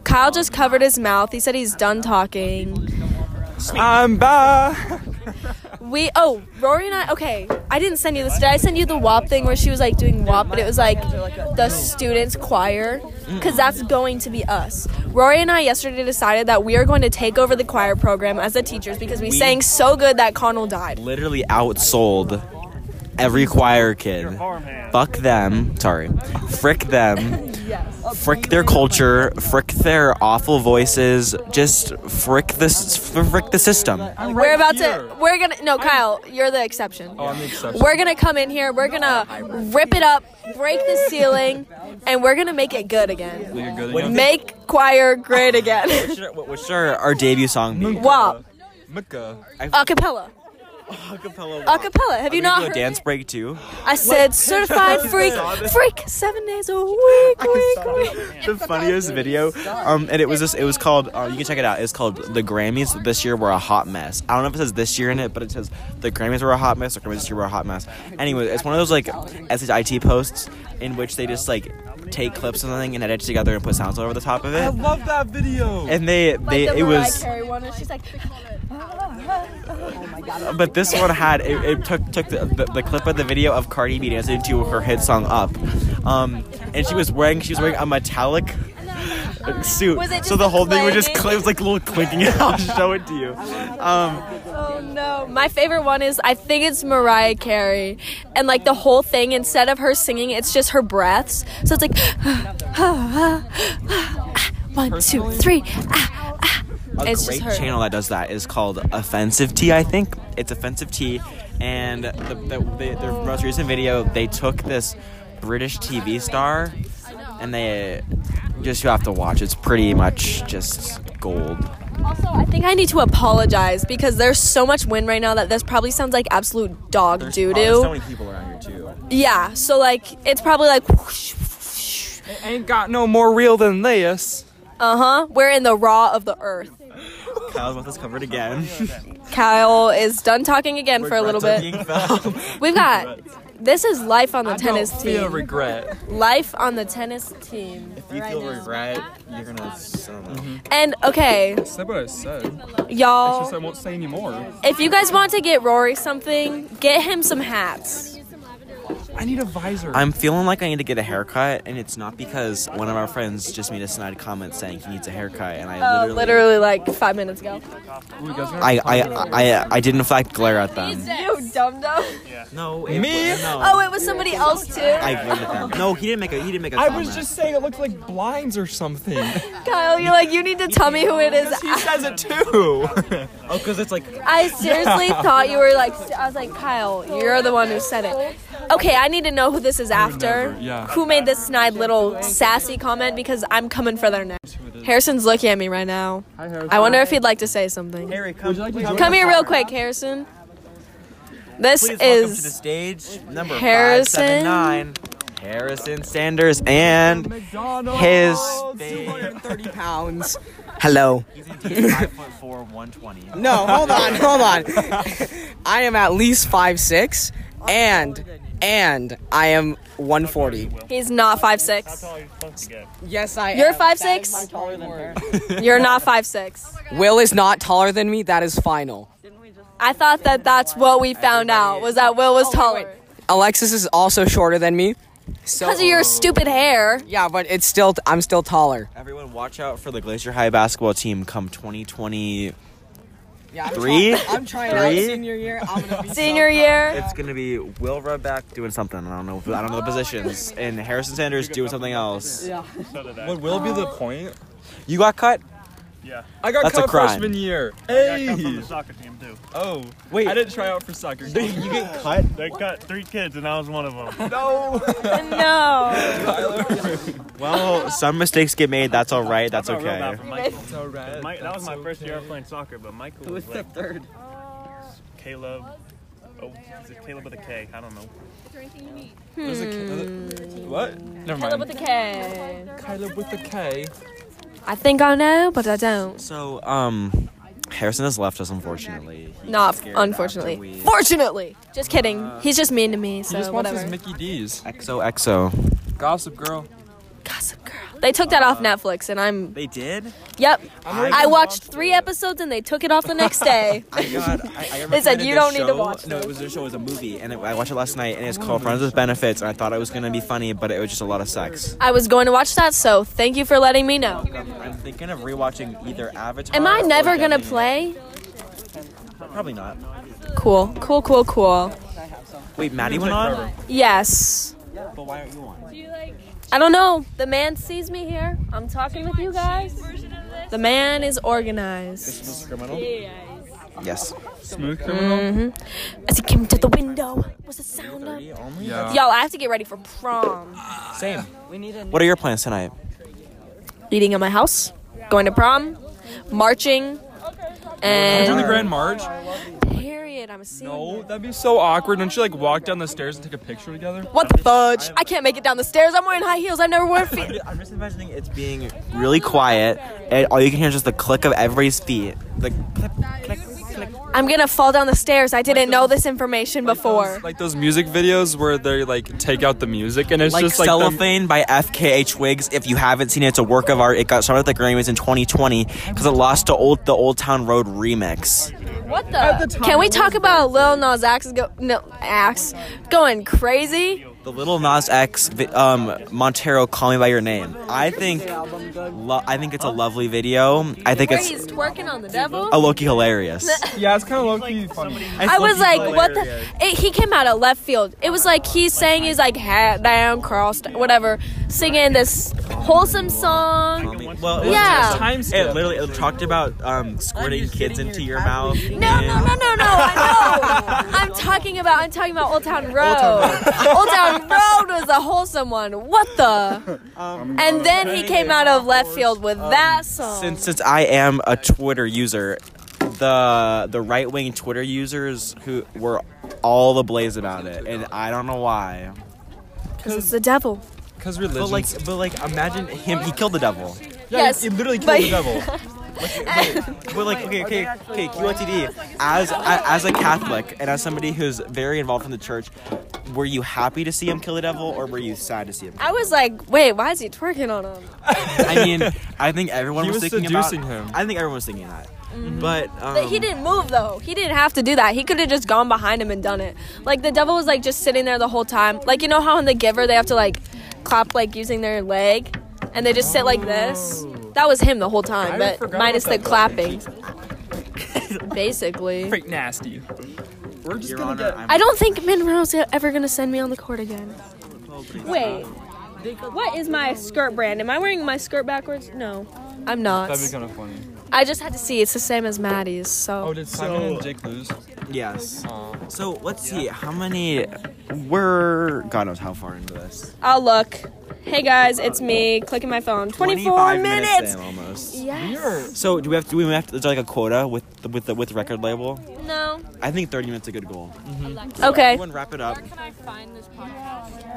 [SPEAKER 2] Kyle just covered his mouth. He said he's done talking.
[SPEAKER 1] I'm back.
[SPEAKER 2] We oh Rory and I okay I didn't send you this did I send you the WAP thing where she was like doing WAP but it was like the students choir because that's going to be us Rory and I yesterday decided that we are going to take over the choir program as the teachers because we sang so good that Connell died
[SPEAKER 3] Literally outsold every choir kid. Fuck them. Sorry. Frick them. Frick their culture. Frick their awful voices. Just frick this. Frick the system.
[SPEAKER 2] we're about to we're gonna no Kyle you're the exception
[SPEAKER 1] Oh, I'm the exception.
[SPEAKER 2] we're gonna come in here we're gonna rip it up break the ceiling and we're gonna make it good again
[SPEAKER 1] You're good enough.
[SPEAKER 2] make choir great again
[SPEAKER 3] Should- What should our, our debut song be?
[SPEAKER 2] WAP
[SPEAKER 1] Mika.
[SPEAKER 2] a cappella a cappella have you
[SPEAKER 3] Are we
[SPEAKER 2] not
[SPEAKER 3] gonna do
[SPEAKER 2] heard
[SPEAKER 3] a dance break too.
[SPEAKER 2] I said certified freak, freak seven days a week, week, week.
[SPEAKER 3] the funniest video. Um, and it was just it was called. Uh, you can check it out. It's called the Grammys this year were a hot mess. I don't know if it says this year in it, but it says the Grammys were a hot mess. The Grammys this year were a hot mess. Anyway, it's one of those like SHIT posts in which they just like take clips of something and edit it together and put sounds over the top of
[SPEAKER 1] I
[SPEAKER 3] it.
[SPEAKER 1] love that video.
[SPEAKER 3] And they they it was.
[SPEAKER 2] one, and she's like,
[SPEAKER 3] But this one had it, it took took the, the, the clip of the video of Cardi B dancing to her hit song "Up," um, and she was wearing she was wearing a metallic suit.
[SPEAKER 2] Was it
[SPEAKER 3] so
[SPEAKER 2] just
[SPEAKER 3] the
[SPEAKER 2] a
[SPEAKER 3] whole thing was just
[SPEAKER 2] clang?
[SPEAKER 3] cl- it was like a little clinking. I'll show it to you. Um,
[SPEAKER 2] oh no. My favorite one is I think it's Mariah Carey, and like the whole thing instead of her singing, it's just her breaths. So it's like, one, two, three. ah, ah.
[SPEAKER 3] a
[SPEAKER 2] It's just
[SPEAKER 3] great
[SPEAKER 2] her.
[SPEAKER 3] channel that does that is called Offensive Tea. I think it's Offensive Tea, and the, the, the, their most recent video they took this British TV star, and they just you have to watch. It's pretty much just gold.
[SPEAKER 2] Also, I think I need to apologize because there's so much wind right now that this probably sounds like absolute dog doo
[SPEAKER 3] probably
[SPEAKER 2] doo.
[SPEAKER 3] Oh, So many people around here too.
[SPEAKER 2] Yeah, so like it's probably like whoosh,
[SPEAKER 1] Ain't got no more real than this.
[SPEAKER 2] Uh huh. We're in the raw of the earth.
[SPEAKER 3] Kyle's mouth is covered again.
[SPEAKER 2] Kyle is done talking again for a little bit. We've got this is life on the tennis
[SPEAKER 1] Don't feel
[SPEAKER 2] team.
[SPEAKER 1] regret.
[SPEAKER 2] Life on the tennis team.
[SPEAKER 3] you feel regret, you're gonna. mm
[SPEAKER 2] And okay,
[SPEAKER 1] Said what I said. Just I
[SPEAKER 2] y'all,
[SPEAKER 1] won't say anymore.
[SPEAKER 2] if you guys want to get Rory something, get him some hats.
[SPEAKER 1] I need a visor.
[SPEAKER 3] I'm feeling like I need to get a haircut, and it's not because one of our friends just made a snide comment saying he needs a haircut, and I
[SPEAKER 2] Uh,
[SPEAKER 3] literally,
[SPEAKER 2] literally like five minutes ago.
[SPEAKER 1] Ooh, you guys are-
[SPEAKER 3] I, I, I, I, I did in fact glare at them.
[SPEAKER 2] You dum dum.
[SPEAKER 3] No, it
[SPEAKER 1] Me?
[SPEAKER 3] was- no.
[SPEAKER 2] Oh, it was somebody else too.
[SPEAKER 3] I glared at them. No, he didn't make a. He didn't make a.
[SPEAKER 1] I
[SPEAKER 3] comment.
[SPEAKER 1] was just saying it looked like blinds or something.
[SPEAKER 2] Kyle, you're like you need to tell me who it is.
[SPEAKER 1] he says it too.
[SPEAKER 3] Oh, because it's like.
[SPEAKER 2] I seriously thought you were like, I was like, Kyle, you're the one who said it. Okay, I need to know who this is after.
[SPEAKER 1] never- yeah.
[SPEAKER 2] Who made this snide little sassy comment because I'm coming for their neck. Harrison's looking at me right now. I wonder if he'd like to say something.
[SPEAKER 3] Harry, come,
[SPEAKER 2] Come here real quick, Harrison. This
[SPEAKER 3] Please welcome to the
[SPEAKER 2] is
[SPEAKER 3] stage number
[SPEAKER 2] Harrison-
[SPEAKER 3] 579, Harrison Sanders and
[SPEAKER 1] McDonald's.
[SPEAKER 3] his.
[SPEAKER 4] Oh.
[SPEAKER 6] Thirty pounds. Hello.
[SPEAKER 3] He's indeed 5'4", 120.
[SPEAKER 6] No, hold on, hold on. I am at least five six, and and I am one forty.
[SPEAKER 2] he's not five six.
[SPEAKER 6] Yes, I.
[SPEAKER 2] You're
[SPEAKER 6] am.
[SPEAKER 2] five six. You're not five six.
[SPEAKER 6] Will is not taller than me. That is final.
[SPEAKER 3] Oh,
[SPEAKER 2] I thought that that's what we found out was that Will was taller.
[SPEAKER 6] Alexis is also shorter than me. So
[SPEAKER 2] Because of your stupid hair.
[SPEAKER 6] yeah, but it's still I'm still taller.
[SPEAKER 3] Everyone, watch out for the Glacier High basketball team come 2020.
[SPEAKER 6] Yeah, I'm
[SPEAKER 3] Three?
[SPEAKER 6] try- I'm trying
[SPEAKER 3] Three?
[SPEAKER 6] out senior year. I'm gonna be
[SPEAKER 2] Senior
[SPEAKER 6] so-
[SPEAKER 2] year.
[SPEAKER 3] It's gonna be Will Ruback doing something. I don't know. I don't
[SPEAKER 2] Oh,
[SPEAKER 3] know the positions. And Harrison Sanders doing something else.
[SPEAKER 6] Yeah.
[SPEAKER 1] What will be the point?
[SPEAKER 3] You got cut.
[SPEAKER 7] Yeah.
[SPEAKER 1] I got
[SPEAKER 3] That's a
[SPEAKER 1] cut
[SPEAKER 3] crime.
[SPEAKER 1] freshman year.
[SPEAKER 7] Oh, I got cut from
[SPEAKER 1] Hey.
[SPEAKER 7] the soccer team too.
[SPEAKER 1] Oh
[SPEAKER 3] Wait.
[SPEAKER 1] I didn't try out for soccer.
[SPEAKER 3] You get cut.
[SPEAKER 7] They cut three kids and I was one of them.
[SPEAKER 1] no.
[SPEAKER 2] No.
[SPEAKER 3] Well, some mistakes get made. That's all right. That's
[SPEAKER 7] I felt real bad
[SPEAKER 3] okay.
[SPEAKER 7] for Michael.
[SPEAKER 1] It's alright.
[SPEAKER 7] Mike, that was my first year playing soccer, but Michael was, like
[SPEAKER 6] third?
[SPEAKER 7] Caleb. Oh, is it Caleb with a K? I don't know.
[SPEAKER 1] There's a K- there's a- What? Never
[SPEAKER 2] Hello
[SPEAKER 1] mind.
[SPEAKER 2] with the K.
[SPEAKER 1] Caleb with the K.
[SPEAKER 2] I think I know, but I don't.
[SPEAKER 3] So, um, Harrison has left us, unfortunately. He got
[SPEAKER 2] Not
[SPEAKER 3] scared after
[SPEAKER 2] unfortunately.
[SPEAKER 3] we-
[SPEAKER 2] Fortunately. Just kidding. He's just mean to me,
[SPEAKER 1] He
[SPEAKER 2] so
[SPEAKER 1] just wants
[SPEAKER 2] Uh, whatever.
[SPEAKER 1] his Mickey D's.
[SPEAKER 3] XOXO.
[SPEAKER 1] Gossip Girl.
[SPEAKER 2] Gossip Girl. They took that off Netflix, and I'm.
[SPEAKER 3] They did.
[SPEAKER 2] Yep.
[SPEAKER 1] I'm
[SPEAKER 2] I watched three episodes, and they took it off the next day.
[SPEAKER 3] God, I, I
[SPEAKER 2] They said,
[SPEAKER 3] recommended
[SPEAKER 2] "You
[SPEAKER 3] this
[SPEAKER 2] don't need to
[SPEAKER 3] show." Oh.
[SPEAKER 2] watch
[SPEAKER 3] No,
[SPEAKER 2] this.
[SPEAKER 3] it was a show. It was a movie, and it, I watched it last night, and it's called Friends with Benefits. And I thought it was gonna be funny, but it was just a lot of sex.
[SPEAKER 2] I was going to watch that, so thank you for letting me know.
[SPEAKER 3] I'm thinking of rewatching either Avatar.
[SPEAKER 2] Am I
[SPEAKER 3] or
[SPEAKER 2] never gonna
[SPEAKER 3] Gemini.
[SPEAKER 2] play?
[SPEAKER 3] Probably not.
[SPEAKER 2] Cool, cool, cool, cool.
[SPEAKER 3] Wait, Maddie went on.
[SPEAKER 2] Yes.
[SPEAKER 3] But why aren't you on?
[SPEAKER 2] I don't know. The man sees me here. I'm talking with you guys. The man is organized.
[SPEAKER 3] Yes.
[SPEAKER 1] Smooth Criminal.
[SPEAKER 2] As he came to the window, was the sound of.
[SPEAKER 1] Yeah.
[SPEAKER 2] Y'all, I have to get ready for prom.
[SPEAKER 3] Same. We need What are your plans tonight?
[SPEAKER 2] Eating at my house, going to prom, marching,
[SPEAKER 1] Doing the
[SPEAKER 2] and.
[SPEAKER 1] Grand March?
[SPEAKER 2] Period. I'm a senior.
[SPEAKER 1] No, that'd be so awkward. Don't you like walk down the stairs and take a picture together?
[SPEAKER 2] What the fudge? I can't make it down the stairs. I'm wearing high heels. I've never worn feet.
[SPEAKER 3] I'm just imagining it's being really quiet, and all you can hear is just the click of everybody's feet. The click, click, click.
[SPEAKER 2] I'm gonna fall down the stairs. I didn't know this information before.
[SPEAKER 1] Like those music videos where they like take out the music and it's
[SPEAKER 3] Like
[SPEAKER 1] just like them-
[SPEAKER 3] Cellophane by FKH Wigs. If you haven't seen it, it's a work of art. It got started at the Grammys in 2020 because it lost to old the Old Town Road remix.
[SPEAKER 2] What the? Can we talk about Lil Nas X go no X going crazy?
[SPEAKER 3] The Little Nas X vi- um, Montero, "Call Me by Your Name." I think, lo- I think it's a lovely video. I think
[SPEAKER 2] Where
[SPEAKER 3] it's
[SPEAKER 2] he's twerking on the devil?
[SPEAKER 3] a Loki hilarious.
[SPEAKER 1] Yeah, it's kind of low key funny.
[SPEAKER 2] I was like, what the? It, he came out of left field. It was like he's saying he's like hat down, crossed, whatever, singing this wholesome song.
[SPEAKER 3] Well, it
[SPEAKER 2] Yeah.
[SPEAKER 1] Time
[SPEAKER 3] was- it
[SPEAKER 1] skip.
[SPEAKER 3] literally it talked about um, squirting kids into your mouth.
[SPEAKER 2] No, no, no, no, no! I know. I'm talking about. I'm talking about Old Town Road. Old Town Road was a wholesome one. What the? And then he came out of left field with that song.
[SPEAKER 3] Since since I am a Twitter user, the the right wing Twitter users who were all ablaze about it, and I don't know why.
[SPEAKER 2] Because it's the devil.
[SPEAKER 1] Because religion.
[SPEAKER 3] But like, but like, imagine him. He killed the devil.
[SPEAKER 2] yes.
[SPEAKER 1] it literally
[SPEAKER 2] but-
[SPEAKER 1] killed the devil.
[SPEAKER 3] But like, okay, okay, okay, QOTD. As I- as a Catholic and as somebody who's very involved in the church, were you happy to see him kill the devil, or were you sad to see him?
[SPEAKER 2] I was like, wait, why is he twerking on him?
[SPEAKER 3] I mean, I think everyone
[SPEAKER 1] He
[SPEAKER 3] was,
[SPEAKER 1] was
[SPEAKER 3] thinking
[SPEAKER 1] seducing
[SPEAKER 3] about.
[SPEAKER 1] him.
[SPEAKER 3] I think everyone was thinking that. But, um,
[SPEAKER 2] But he didn't move though. He didn't have to do that. He could have just gone behind him and done it. Like the devil was like just sitting there the whole time. Like you know how in The Giver they have to like clap like using their leg, and they just sit like this. That was him the whole time, but minus the clapping. Basically,
[SPEAKER 1] Freak nasty. We're just
[SPEAKER 3] Your
[SPEAKER 1] gonna
[SPEAKER 3] Honor,
[SPEAKER 1] get.
[SPEAKER 3] I'm
[SPEAKER 2] I don't think Monroe's ever gonna send me on the court again. Wait, what is my skirt brand? Am I wearing my skirt backwards? No, I'm not.
[SPEAKER 1] That'd be kind of funny.
[SPEAKER 2] I just had to see. It's the same as Maddie's,
[SPEAKER 1] Oh,
[SPEAKER 2] so
[SPEAKER 1] did Simon and Jake lose?
[SPEAKER 3] Yes.
[SPEAKER 1] Uh,
[SPEAKER 3] So let's see how many. We're God knows how far into this.
[SPEAKER 2] I'll look. Hey guys, it's me clicking my phone. 24
[SPEAKER 3] 25
[SPEAKER 2] minutes.
[SPEAKER 3] in almost.
[SPEAKER 1] we
[SPEAKER 2] Yes.
[SPEAKER 1] are.
[SPEAKER 3] So do we have to? Do we have to? Is there like a quota with the, with the with the record label?
[SPEAKER 2] No.
[SPEAKER 3] I think 30 minutes is a good goal.
[SPEAKER 2] Okay.
[SPEAKER 3] Everyone wrap it up.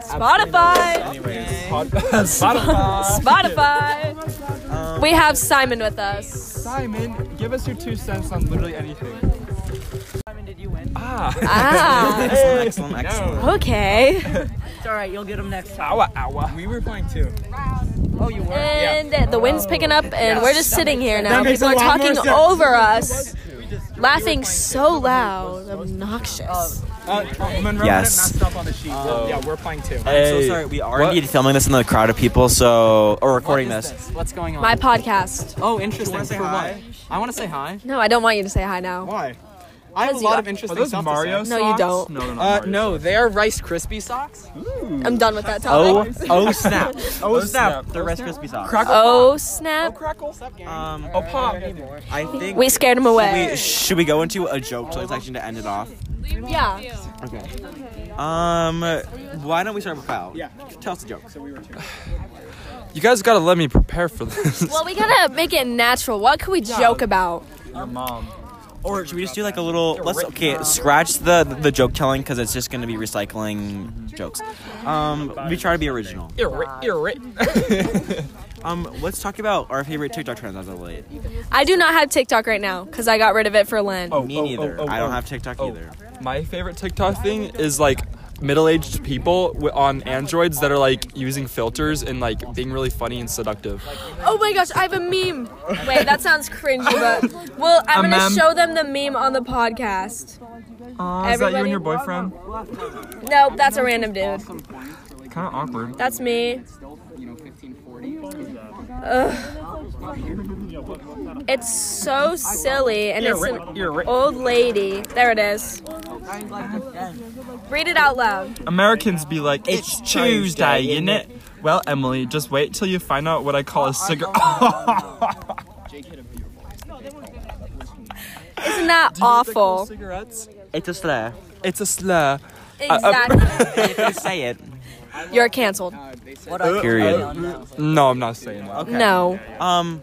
[SPEAKER 2] Spotify.
[SPEAKER 1] Spotify.
[SPEAKER 2] Spotify.
[SPEAKER 8] Um,
[SPEAKER 2] We have Simon with us.
[SPEAKER 1] Simon, give us your two cents on literally anything.
[SPEAKER 4] Simon, did you win?
[SPEAKER 1] Ah.
[SPEAKER 2] Ah.
[SPEAKER 3] Excellent, excellent, excellent.
[SPEAKER 2] Okay.
[SPEAKER 4] It's all right. You'll get him next time.
[SPEAKER 1] Awa, awa. We were playing too.
[SPEAKER 4] Oh, you were.
[SPEAKER 2] And the wind's picking up, and we're just sitting here now. People are
[SPEAKER 8] Um,
[SPEAKER 2] talking over us, laughing so loud, obnoxious.
[SPEAKER 3] Yes.
[SPEAKER 8] yeah, we're playing too.
[SPEAKER 3] I'm so sorry. We are indeed filming this in the crowd of people, so or recording this.
[SPEAKER 8] What's going on?
[SPEAKER 2] My podcast.
[SPEAKER 8] oh, interesting.
[SPEAKER 3] say
[SPEAKER 8] For
[SPEAKER 3] hi?
[SPEAKER 8] what? I want to say hi.
[SPEAKER 2] No, I don't want you to say hi now.
[SPEAKER 8] Why? I have a
[SPEAKER 2] Because
[SPEAKER 8] lot
[SPEAKER 2] you-
[SPEAKER 8] of interesting
[SPEAKER 1] Are those
[SPEAKER 8] stuff
[SPEAKER 1] Mario
[SPEAKER 8] to say.
[SPEAKER 2] No,
[SPEAKER 1] socks?
[SPEAKER 2] you don't.
[SPEAKER 1] No, they're
[SPEAKER 8] Uh,
[SPEAKER 1] not Mario
[SPEAKER 8] no, they are Rice Krispie socks.
[SPEAKER 2] I'm done with that
[SPEAKER 3] Oh,
[SPEAKER 2] topic.
[SPEAKER 3] oh snap! Oh
[SPEAKER 1] snap.
[SPEAKER 3] snap! The Rice Krispie socks.
[SPEAKER 2] Oh, snap.
[SPEAKER 8] Crackle. Stop game.
[SPEAKER 3] Um,
[SPEAKER 1] Oh, pop.
[SPEAKER 3] I think
[SPEAKER 2] We scared him
[SPEAKER 3] we
[SPEAKER 2] away.
[SPEAKER 3] should we go into a joke play section to end it off.
[SPEAKER 2] Yeah.
[SPEAKER 3] Okay. Um, why don't we start with Kyle? Yeah. Tell us a joke.
[SPEAKER 1] You guys gotta let me prepare for this.
[SPEAKER 2] Well, we gotta make it natural. What could we joke about?
[SPEAKER 1] Your mom.
[SPEAKER 3] Or should we just do like a little? Let's okay. Scratch the the joke telling because it's just gonna be recycling jokes. Um, we try to be original. Um, let's talk about our favorite TikTok trends as of late.
[SPEAKER 2] I do not have TikTok right now because I got rid of it for Lent.
[SPEAKER 3] Me neither. I don't have TikTok
[SPEAKER 1] oh.
[SPEAKER 3] either.
[SPEAKER 1] My favorite TikTok thing is like middle-aged people wi- on androids that are like using filters and like being really funny and seductive.
[SPEAKER 2] Oh my gosh, I have a meme. Wait, that sounds cringy, but well, I'm gonna show them the meme on the
[SPEAKER 1] is
[SPEAKER 2] podcast.
[SPEAKER 1] that you
[SPEAKER 2] Everybody-
[SPEAKER 1] and your boyfriend?
[SPEAKER 2] Nope, that's a random dude.
[SPEAKER 1] Kind of awkward.
[SPEAKER 2] That's me. Ugh. It's so silly, and it's an old lady. There it is. Read it out loud.
[SPEAKER 1] Americans be like, it's Tuesday, isn't it? Well, Emily, just wait till you find out what I
[SPEAKER 2] Oh,
[SPEAKER 1] call a cigarette.
[SPEAKER 2] Isn't that awful?
[SPEAKER 1] Cigarettes?
[SPEAKER 3] It's a slur.
[SPEAKER 1] It's a slur.
[SPEAKER 3] Uh,
[SPEAKER 2] Exactly.
[SPEAKER 3] Say it.
[SPEAKER 2] You're canceled.
[SPEAKER 3] Period.
[SPEAKER 1] No, I'm not saying that.
[SPEAKER 2] No.
[SPEAKER 3] Um,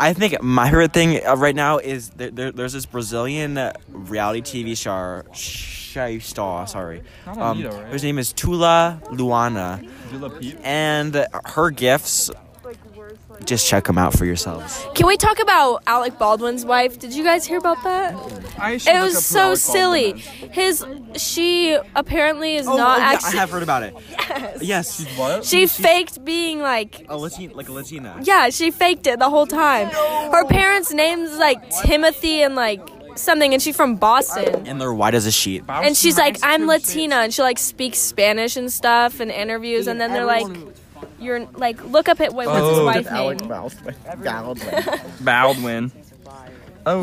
[SPEAKER 3] I think my favorite thing uh, right now is there, there, there's this Brazilian uh, reality TV star, show star, sorry.
[SPEAKER 1] Not
[SPEAKER 3] Um,
[SPEAKER 1] Anita, right?
[SPEAKER 3] whose name is Tula Luana, and her gifts. Just check them out for yourselves.
[SPEAKER 2] Can we talk about Alec Baldwin's wife? Did you guys hear about that?
[SPEAKER 1] I should
[SPEAKER 2] It
[SPEAKER 1] look
[SPEAKER 2] was
[SPEAKER 1] up who
[SPEAKER 2] so
[SPEAKER 1] Alec
[SPEAKER 2] silly.
[SPEAKER 1] Baldwin is.
[SPEAKER 2] His she apparently is not
[SPEAKER 3] Oh, yeah, I
[SPEAKER 2] actually.
[SPEAKER 3] have heard about it. Yes.
[SPEAKER 1] She's what?
[SPEAKER 2] she faked being like
[SPEAKER 3] a Latina, like a Latina.
[SPEAKER 2] yeah, she faked it the whole time. Her parents' names is, like Timothy and like something, and she's from Boston.
[SPEAKER 3] And they're white as a sheet.
[SPEAKER 2] And she's like, I'm Latina, and she like speaks Spanish and stuff and interviews, and then they're like, you're like, look up at wait, what's
[SPEAKER 1] Oh.
[SPEAKER 2] his wife name?
[SPEAKER 1] Baldwin.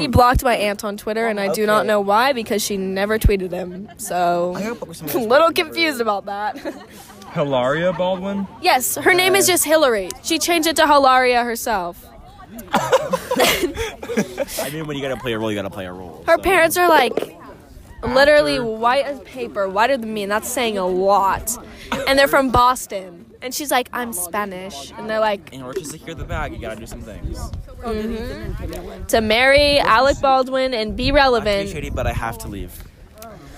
[SPEAKER 2] He blocked my aunt on Twitter, and I do not know why because she never tweeted him. So, a little confused about that.
[SPEAKER 1] Hilaria Baldwin?
[SPEAKER 2] Yes, her name is just Hillary. She changed it to Hilaria herself.
[SPEAKER 3] I mean, when you gotta play a role, you gotta play a role.
[SPEAKER 2] Her
[SPEAKER 3] so.
[SPEAKER 2] parents are like literally white as paper, whiter than me, and that's saying a lot. And they're from Boston. And she's like, I'm Spanish. And they're like,
[SPEAKER 3] In order to secure the bag, you gotta do some things.
[SPEAKER 2] to marry Alec Baldwin and be
[SPEAKER 3] Not to be
[SPEAKER 2] relevant.
[SPEAKER 3] shady, but I have to leave.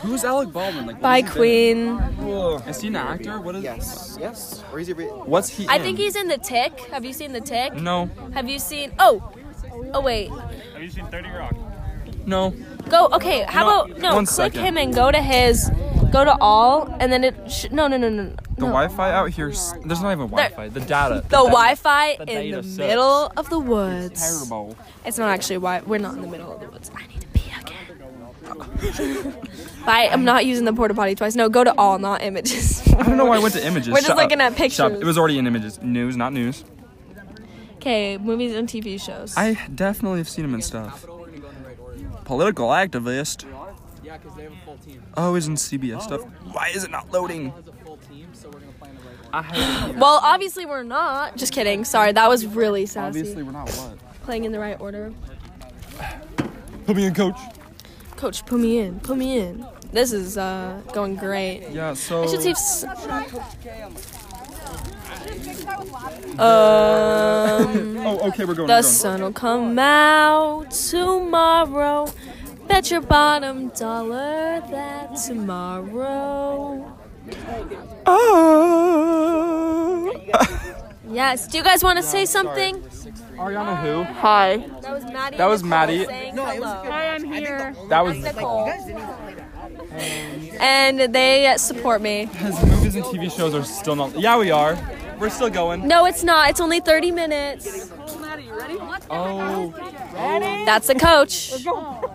[SPEAKER 1] Who's Alec Baldwin? Like,
[SPEAKER 2] Bye, Queen.
[SPEAKER 1] is he an actor? What is? Yes.
[SPEAKER 8] Yes. Or is it?
[SPEAKER 1] What's he?
[SPEAKER 2] I
[SPEAKER 1] in?
[SPEAKER 2] think he's in The Tick. Have you seen The Tick?
[SPEAKER 1] No.
[SPEAKER 2] Have you seen. Oh! Oh, wait.
[SPEAKER 7] Have you seen 30 Rock?
[SPEAKER 1] No.
[SPEAKER 2] Go. Okay, how about. No,
[SPEAKER 1] one
[SPEAKER 2] click
[SPEAKER 1] second.
[SPEAKER 2] him and go to his. Go to all, and then it. Sh- no, no, no, no. no.
[SPEAKER 1] The Wi-Fi out here. s- There's not even Wi-Fi. The data.
[SPEAKER 2] The Wi-Fi
[SPEAKER 1] the
[SPEAKER 2] in the
[SPEAKER 1] data sucks.
[SPEAKER 2] middle of the woods.
[SPEAKER 1] Terrible.
[SPEAKER 2] It's not actually why we're not in the middle of the woods. I need to pee again. Bye. I'm not using the porta potty twice. No, go to all, not images.
[SPEAKER 1] I don't know why I went to images.
[SPEAKER 2] We're just
[SPEAKER 1] Shut
[SPEAKER 2] looking
[SPEAKER 1] up.
[SPEAKER 2] at
[SPEAKER 1] Shut up.
[SPEAKER 2] pictures.
[SPEAKER 1] It was already in images. News, not news.
[SPEAKER 2] Okay, movies and TV shows.
[SPEAKER 1] I definitely have seen him in stuff. Political activist.
[SPEAKER 8] Yeah, because they have a full team.
[SPEAKER 1] Oh, he's in CBS stuff. Why is it not loading?
[SPEAKER 8] Has a full team, so we're gonna play in the right
[SPEAKER 2] well, obviously we're not. Just kidding. Sorry, that was really sassy.
[SPEAKER 1] we're not what.
[SPEAKER 2] Playing in the right order.
[SPEAKER 1] Put me in, coach.
[SPEAKER 2] Coach, put me in. Put me in. This is uh, going great.
[SPEAKER 1] Yeah. So.
[SPEAKER 2] I should see if. s- Um.
[SPEAKER 1] Oh, okay, we're going.
[SPEAKER 2] The
[SPEAKER 1] we're going.
[SPEAKER 2] sun will come out tomorrow. Bet your bottom dollar that tomorrow. Yes. Do you guys want to say something?
[SPEAKER 1] Ariana who?
[SPEAKER 9] Hi.
[SPEAKER 2] That was Maddie.
[SPEAKER 1] That was Maddie.
[SPEAKER 9] Hi, I'm here.
[SPEAKER 1] That was.
[SPEAKER 2] Nicole. And they support me.
[SPEAKER 1] His movies and TV shows are still not. Yeah, we are. We're still going.
[SPEAKER 2] No, it's not. It's only 30 minutes.
[SPEAKER 1] Oh,
[SPEAKER 2] That's the coach.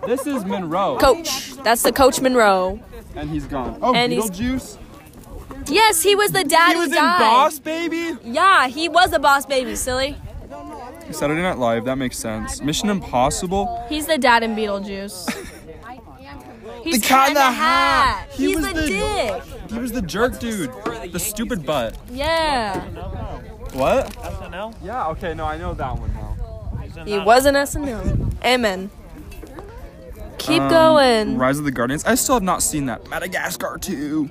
[SPEAKER 1] this is Monroe.
[SPEAKER 2] Coach. That's the coach Monroe.
[SPEAKER 1] And he's gone. Oh,
[SPEAKER 2] And he's-
[SPEAKER 1] Beetlejuice.
[SPEAKER 2] Yes, he was the dad
[SPEAKER 1] He was
[SPEAKER 2] who
[SPEAKER 1] in
[SPEAKER 2] died.
[SPEAKER 1] Boss Baby.
[SPEAKER 2] Yeah, he was the boss baby, silly.
[SPEAKER 1] Saturday Night Live. That makes sense. Mission Impossible.
[SPEAKER 2] He's the dad in Beetlejuice. He's
[SPEAKER 1] The cat in the
[SPEAKER 2] hat.
[SPEAKER 1] hat. He
[SPEAKER 2] He's
[SPEAKER 1] was
[SPEAKER 2] the,
[SPEAKER 1] the-
[SPEAKER 2] dick.
[SPEAKER 1] He was the jerk dude. The stupid butt.
[SPEAKER 2] Yeah.
[SPEAKER 1] What?
[SPEAKER 7] SNL?
[SPEAKER 1] Yeah. Okay. No, I know that one now.
[SPEAKER 7] He's in
[SPEAKER 2] He
[SPEAKER 7] that.
[SPEAKER 2] was an SNL. Amen. Keep
[SPEAKER 1] Um,
[SPEAKER 2] going.
[SPEAKER 1] Rise of the Guardians. I still have not seen that. Madagascar 2.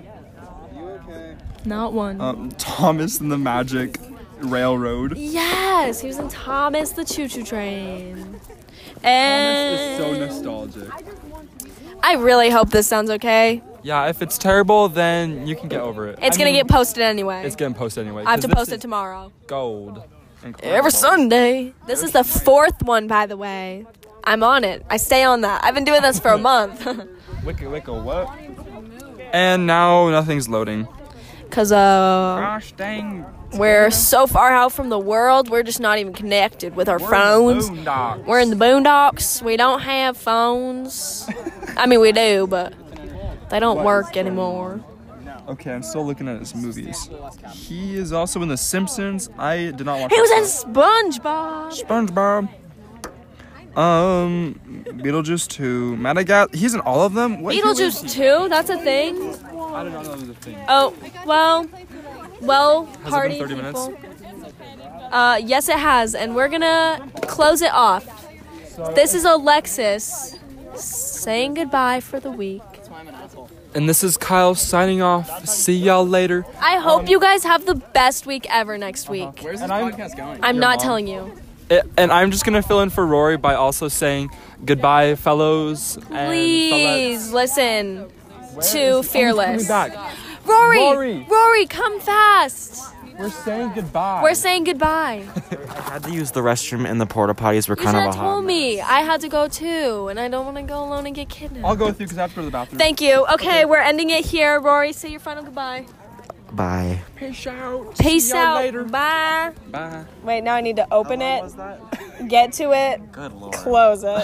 [SPEAKER 2] Not one.
[SPEAKER 1] Um, Thomas and the Magic Railroad.
[SPEAKER 2] yes, he was in Thomas the Choo Choo Train. And
[SPEAKER 1] nostalgic.
[SPEAKER 2] I really hope this sounds okay.
[SPEAKER 1] Yeah, if it's terrible, then you can get over it.
[SPEAKER 2] It's
[SPEAKER 1] I
[SPEAKER 2] gonna
[SPEAKER 1] mean,
[SPEAKER 2] get posted anyway.
[SPEAKER 1] It's getting posted anyway.
[SPEAKER 2] I have
[SPEAKER 1] 'cause
[SPEAKER 2] to
[SPEAKER 1] this
[SPEAKER 2] post
[SPEAKER 1] is
[SPEAKER 2] it tomorrow.
[SPEAKER 1] Gold.
[SPEAKER 2] Every Sunday. This is the fourth one, by the way. I'm on it. I stay on that. I've been doing this for a month.
[SPEAKER 1] Wicka wicka what? And now nothing's loading.
[SPEAKER 2] Cause uh,
[SPEAKER 1] Gosh dang.
[SPEAKER 2] we're so far out from the world, we're just not even connected with our
[SPEAKER 1] we're
[SPEAKER 2] phones.
[SPEAKER 1] boondocks.
[SPEAKER 2] We're in the boondocks. We don't have phones. I mean, we do, but they don't work anymore.
[SPEAKER 1] Okay, I'm still looking at his movies. He is also in The Simpsons. I did not watch.
[SPEAKER 2] He was
[SPEAKER 1] that.
[SPEAKER 2] in SpongeBob.
[SPEAKER 1] SpongeBob. Um, Beetlejuice 2, Madagascar. He's in all of them. What year was
[SPEAKER 2] Beetlejuice 2, that's a thing.
[SPEAKER 1] he? I did not know that was a thing.
[SPEAKER 2] Oh, well, well,
[SPEAKER 1] been
[SPEAKER 2] party
[SPEAKER 1] 30 minutes?
[SPEAKER 2] people. Uh, yes, it has, and we're gonna close it off. This is Alexis saying goodbye for the week.
[SPEAKER 1] And this is Kyle signing off. See y'all later.
[SPEAKER 2] I
[SPEAKER 1] Um,
[SPEAKER 2] hope you guys have the best week ever next week.
[SPEAKER 8] Where's this
[SPEAKER 1] And I'm-
[SPEAKER 8] podcast going?
[SPEAKER 2] I'm
[SPEAKER 1] Uh-huh. mom.
[SPEAKER 2] not telling you.
[SPEAKER 1] And I'm just gonna fill in for Rory by also saying goodbye, fellows. and
[SPEAKER 2] Please listen to
[SPEAKER 1] fellettes. Coming
[SPEAKER 2] Fearless.
[SPEAKER 1] back.
[SPEAKER 2] Rory, Rory,
[SPEAKER 1] Rory.
[SPEAKER 2] come fast.
[SPEAKER 1] We're saying goodbye.
[SPEAKER 2] We're saying goodbye.
[SPEAKER 3] I had to use the restroom and the porta potties were
[SPEAKER 2] You should
[SPEAKER 3] kind of a
[SPEAKER 2] have
[SPEAKER 3] hot
[SPEAKER 2] told me. I had to go too, and I don't want to go alone and get kidnapped.
[SPEAKER 1] I'll go with you because I have to go to the bathroom.
[SPEAKER 2] Thank you. Okay, we're ending it here. Rory, say your final goodbye.
[SPEAKER 3] Bye.
[SPEAKER 2] Peace out. Bye.
[SPEAKER 1] Bye.
[SPEAKER 2] Wait, now I need to open it, get to it,
[SPEAKER 5] Good lord.
[SPEAKER 2] close it.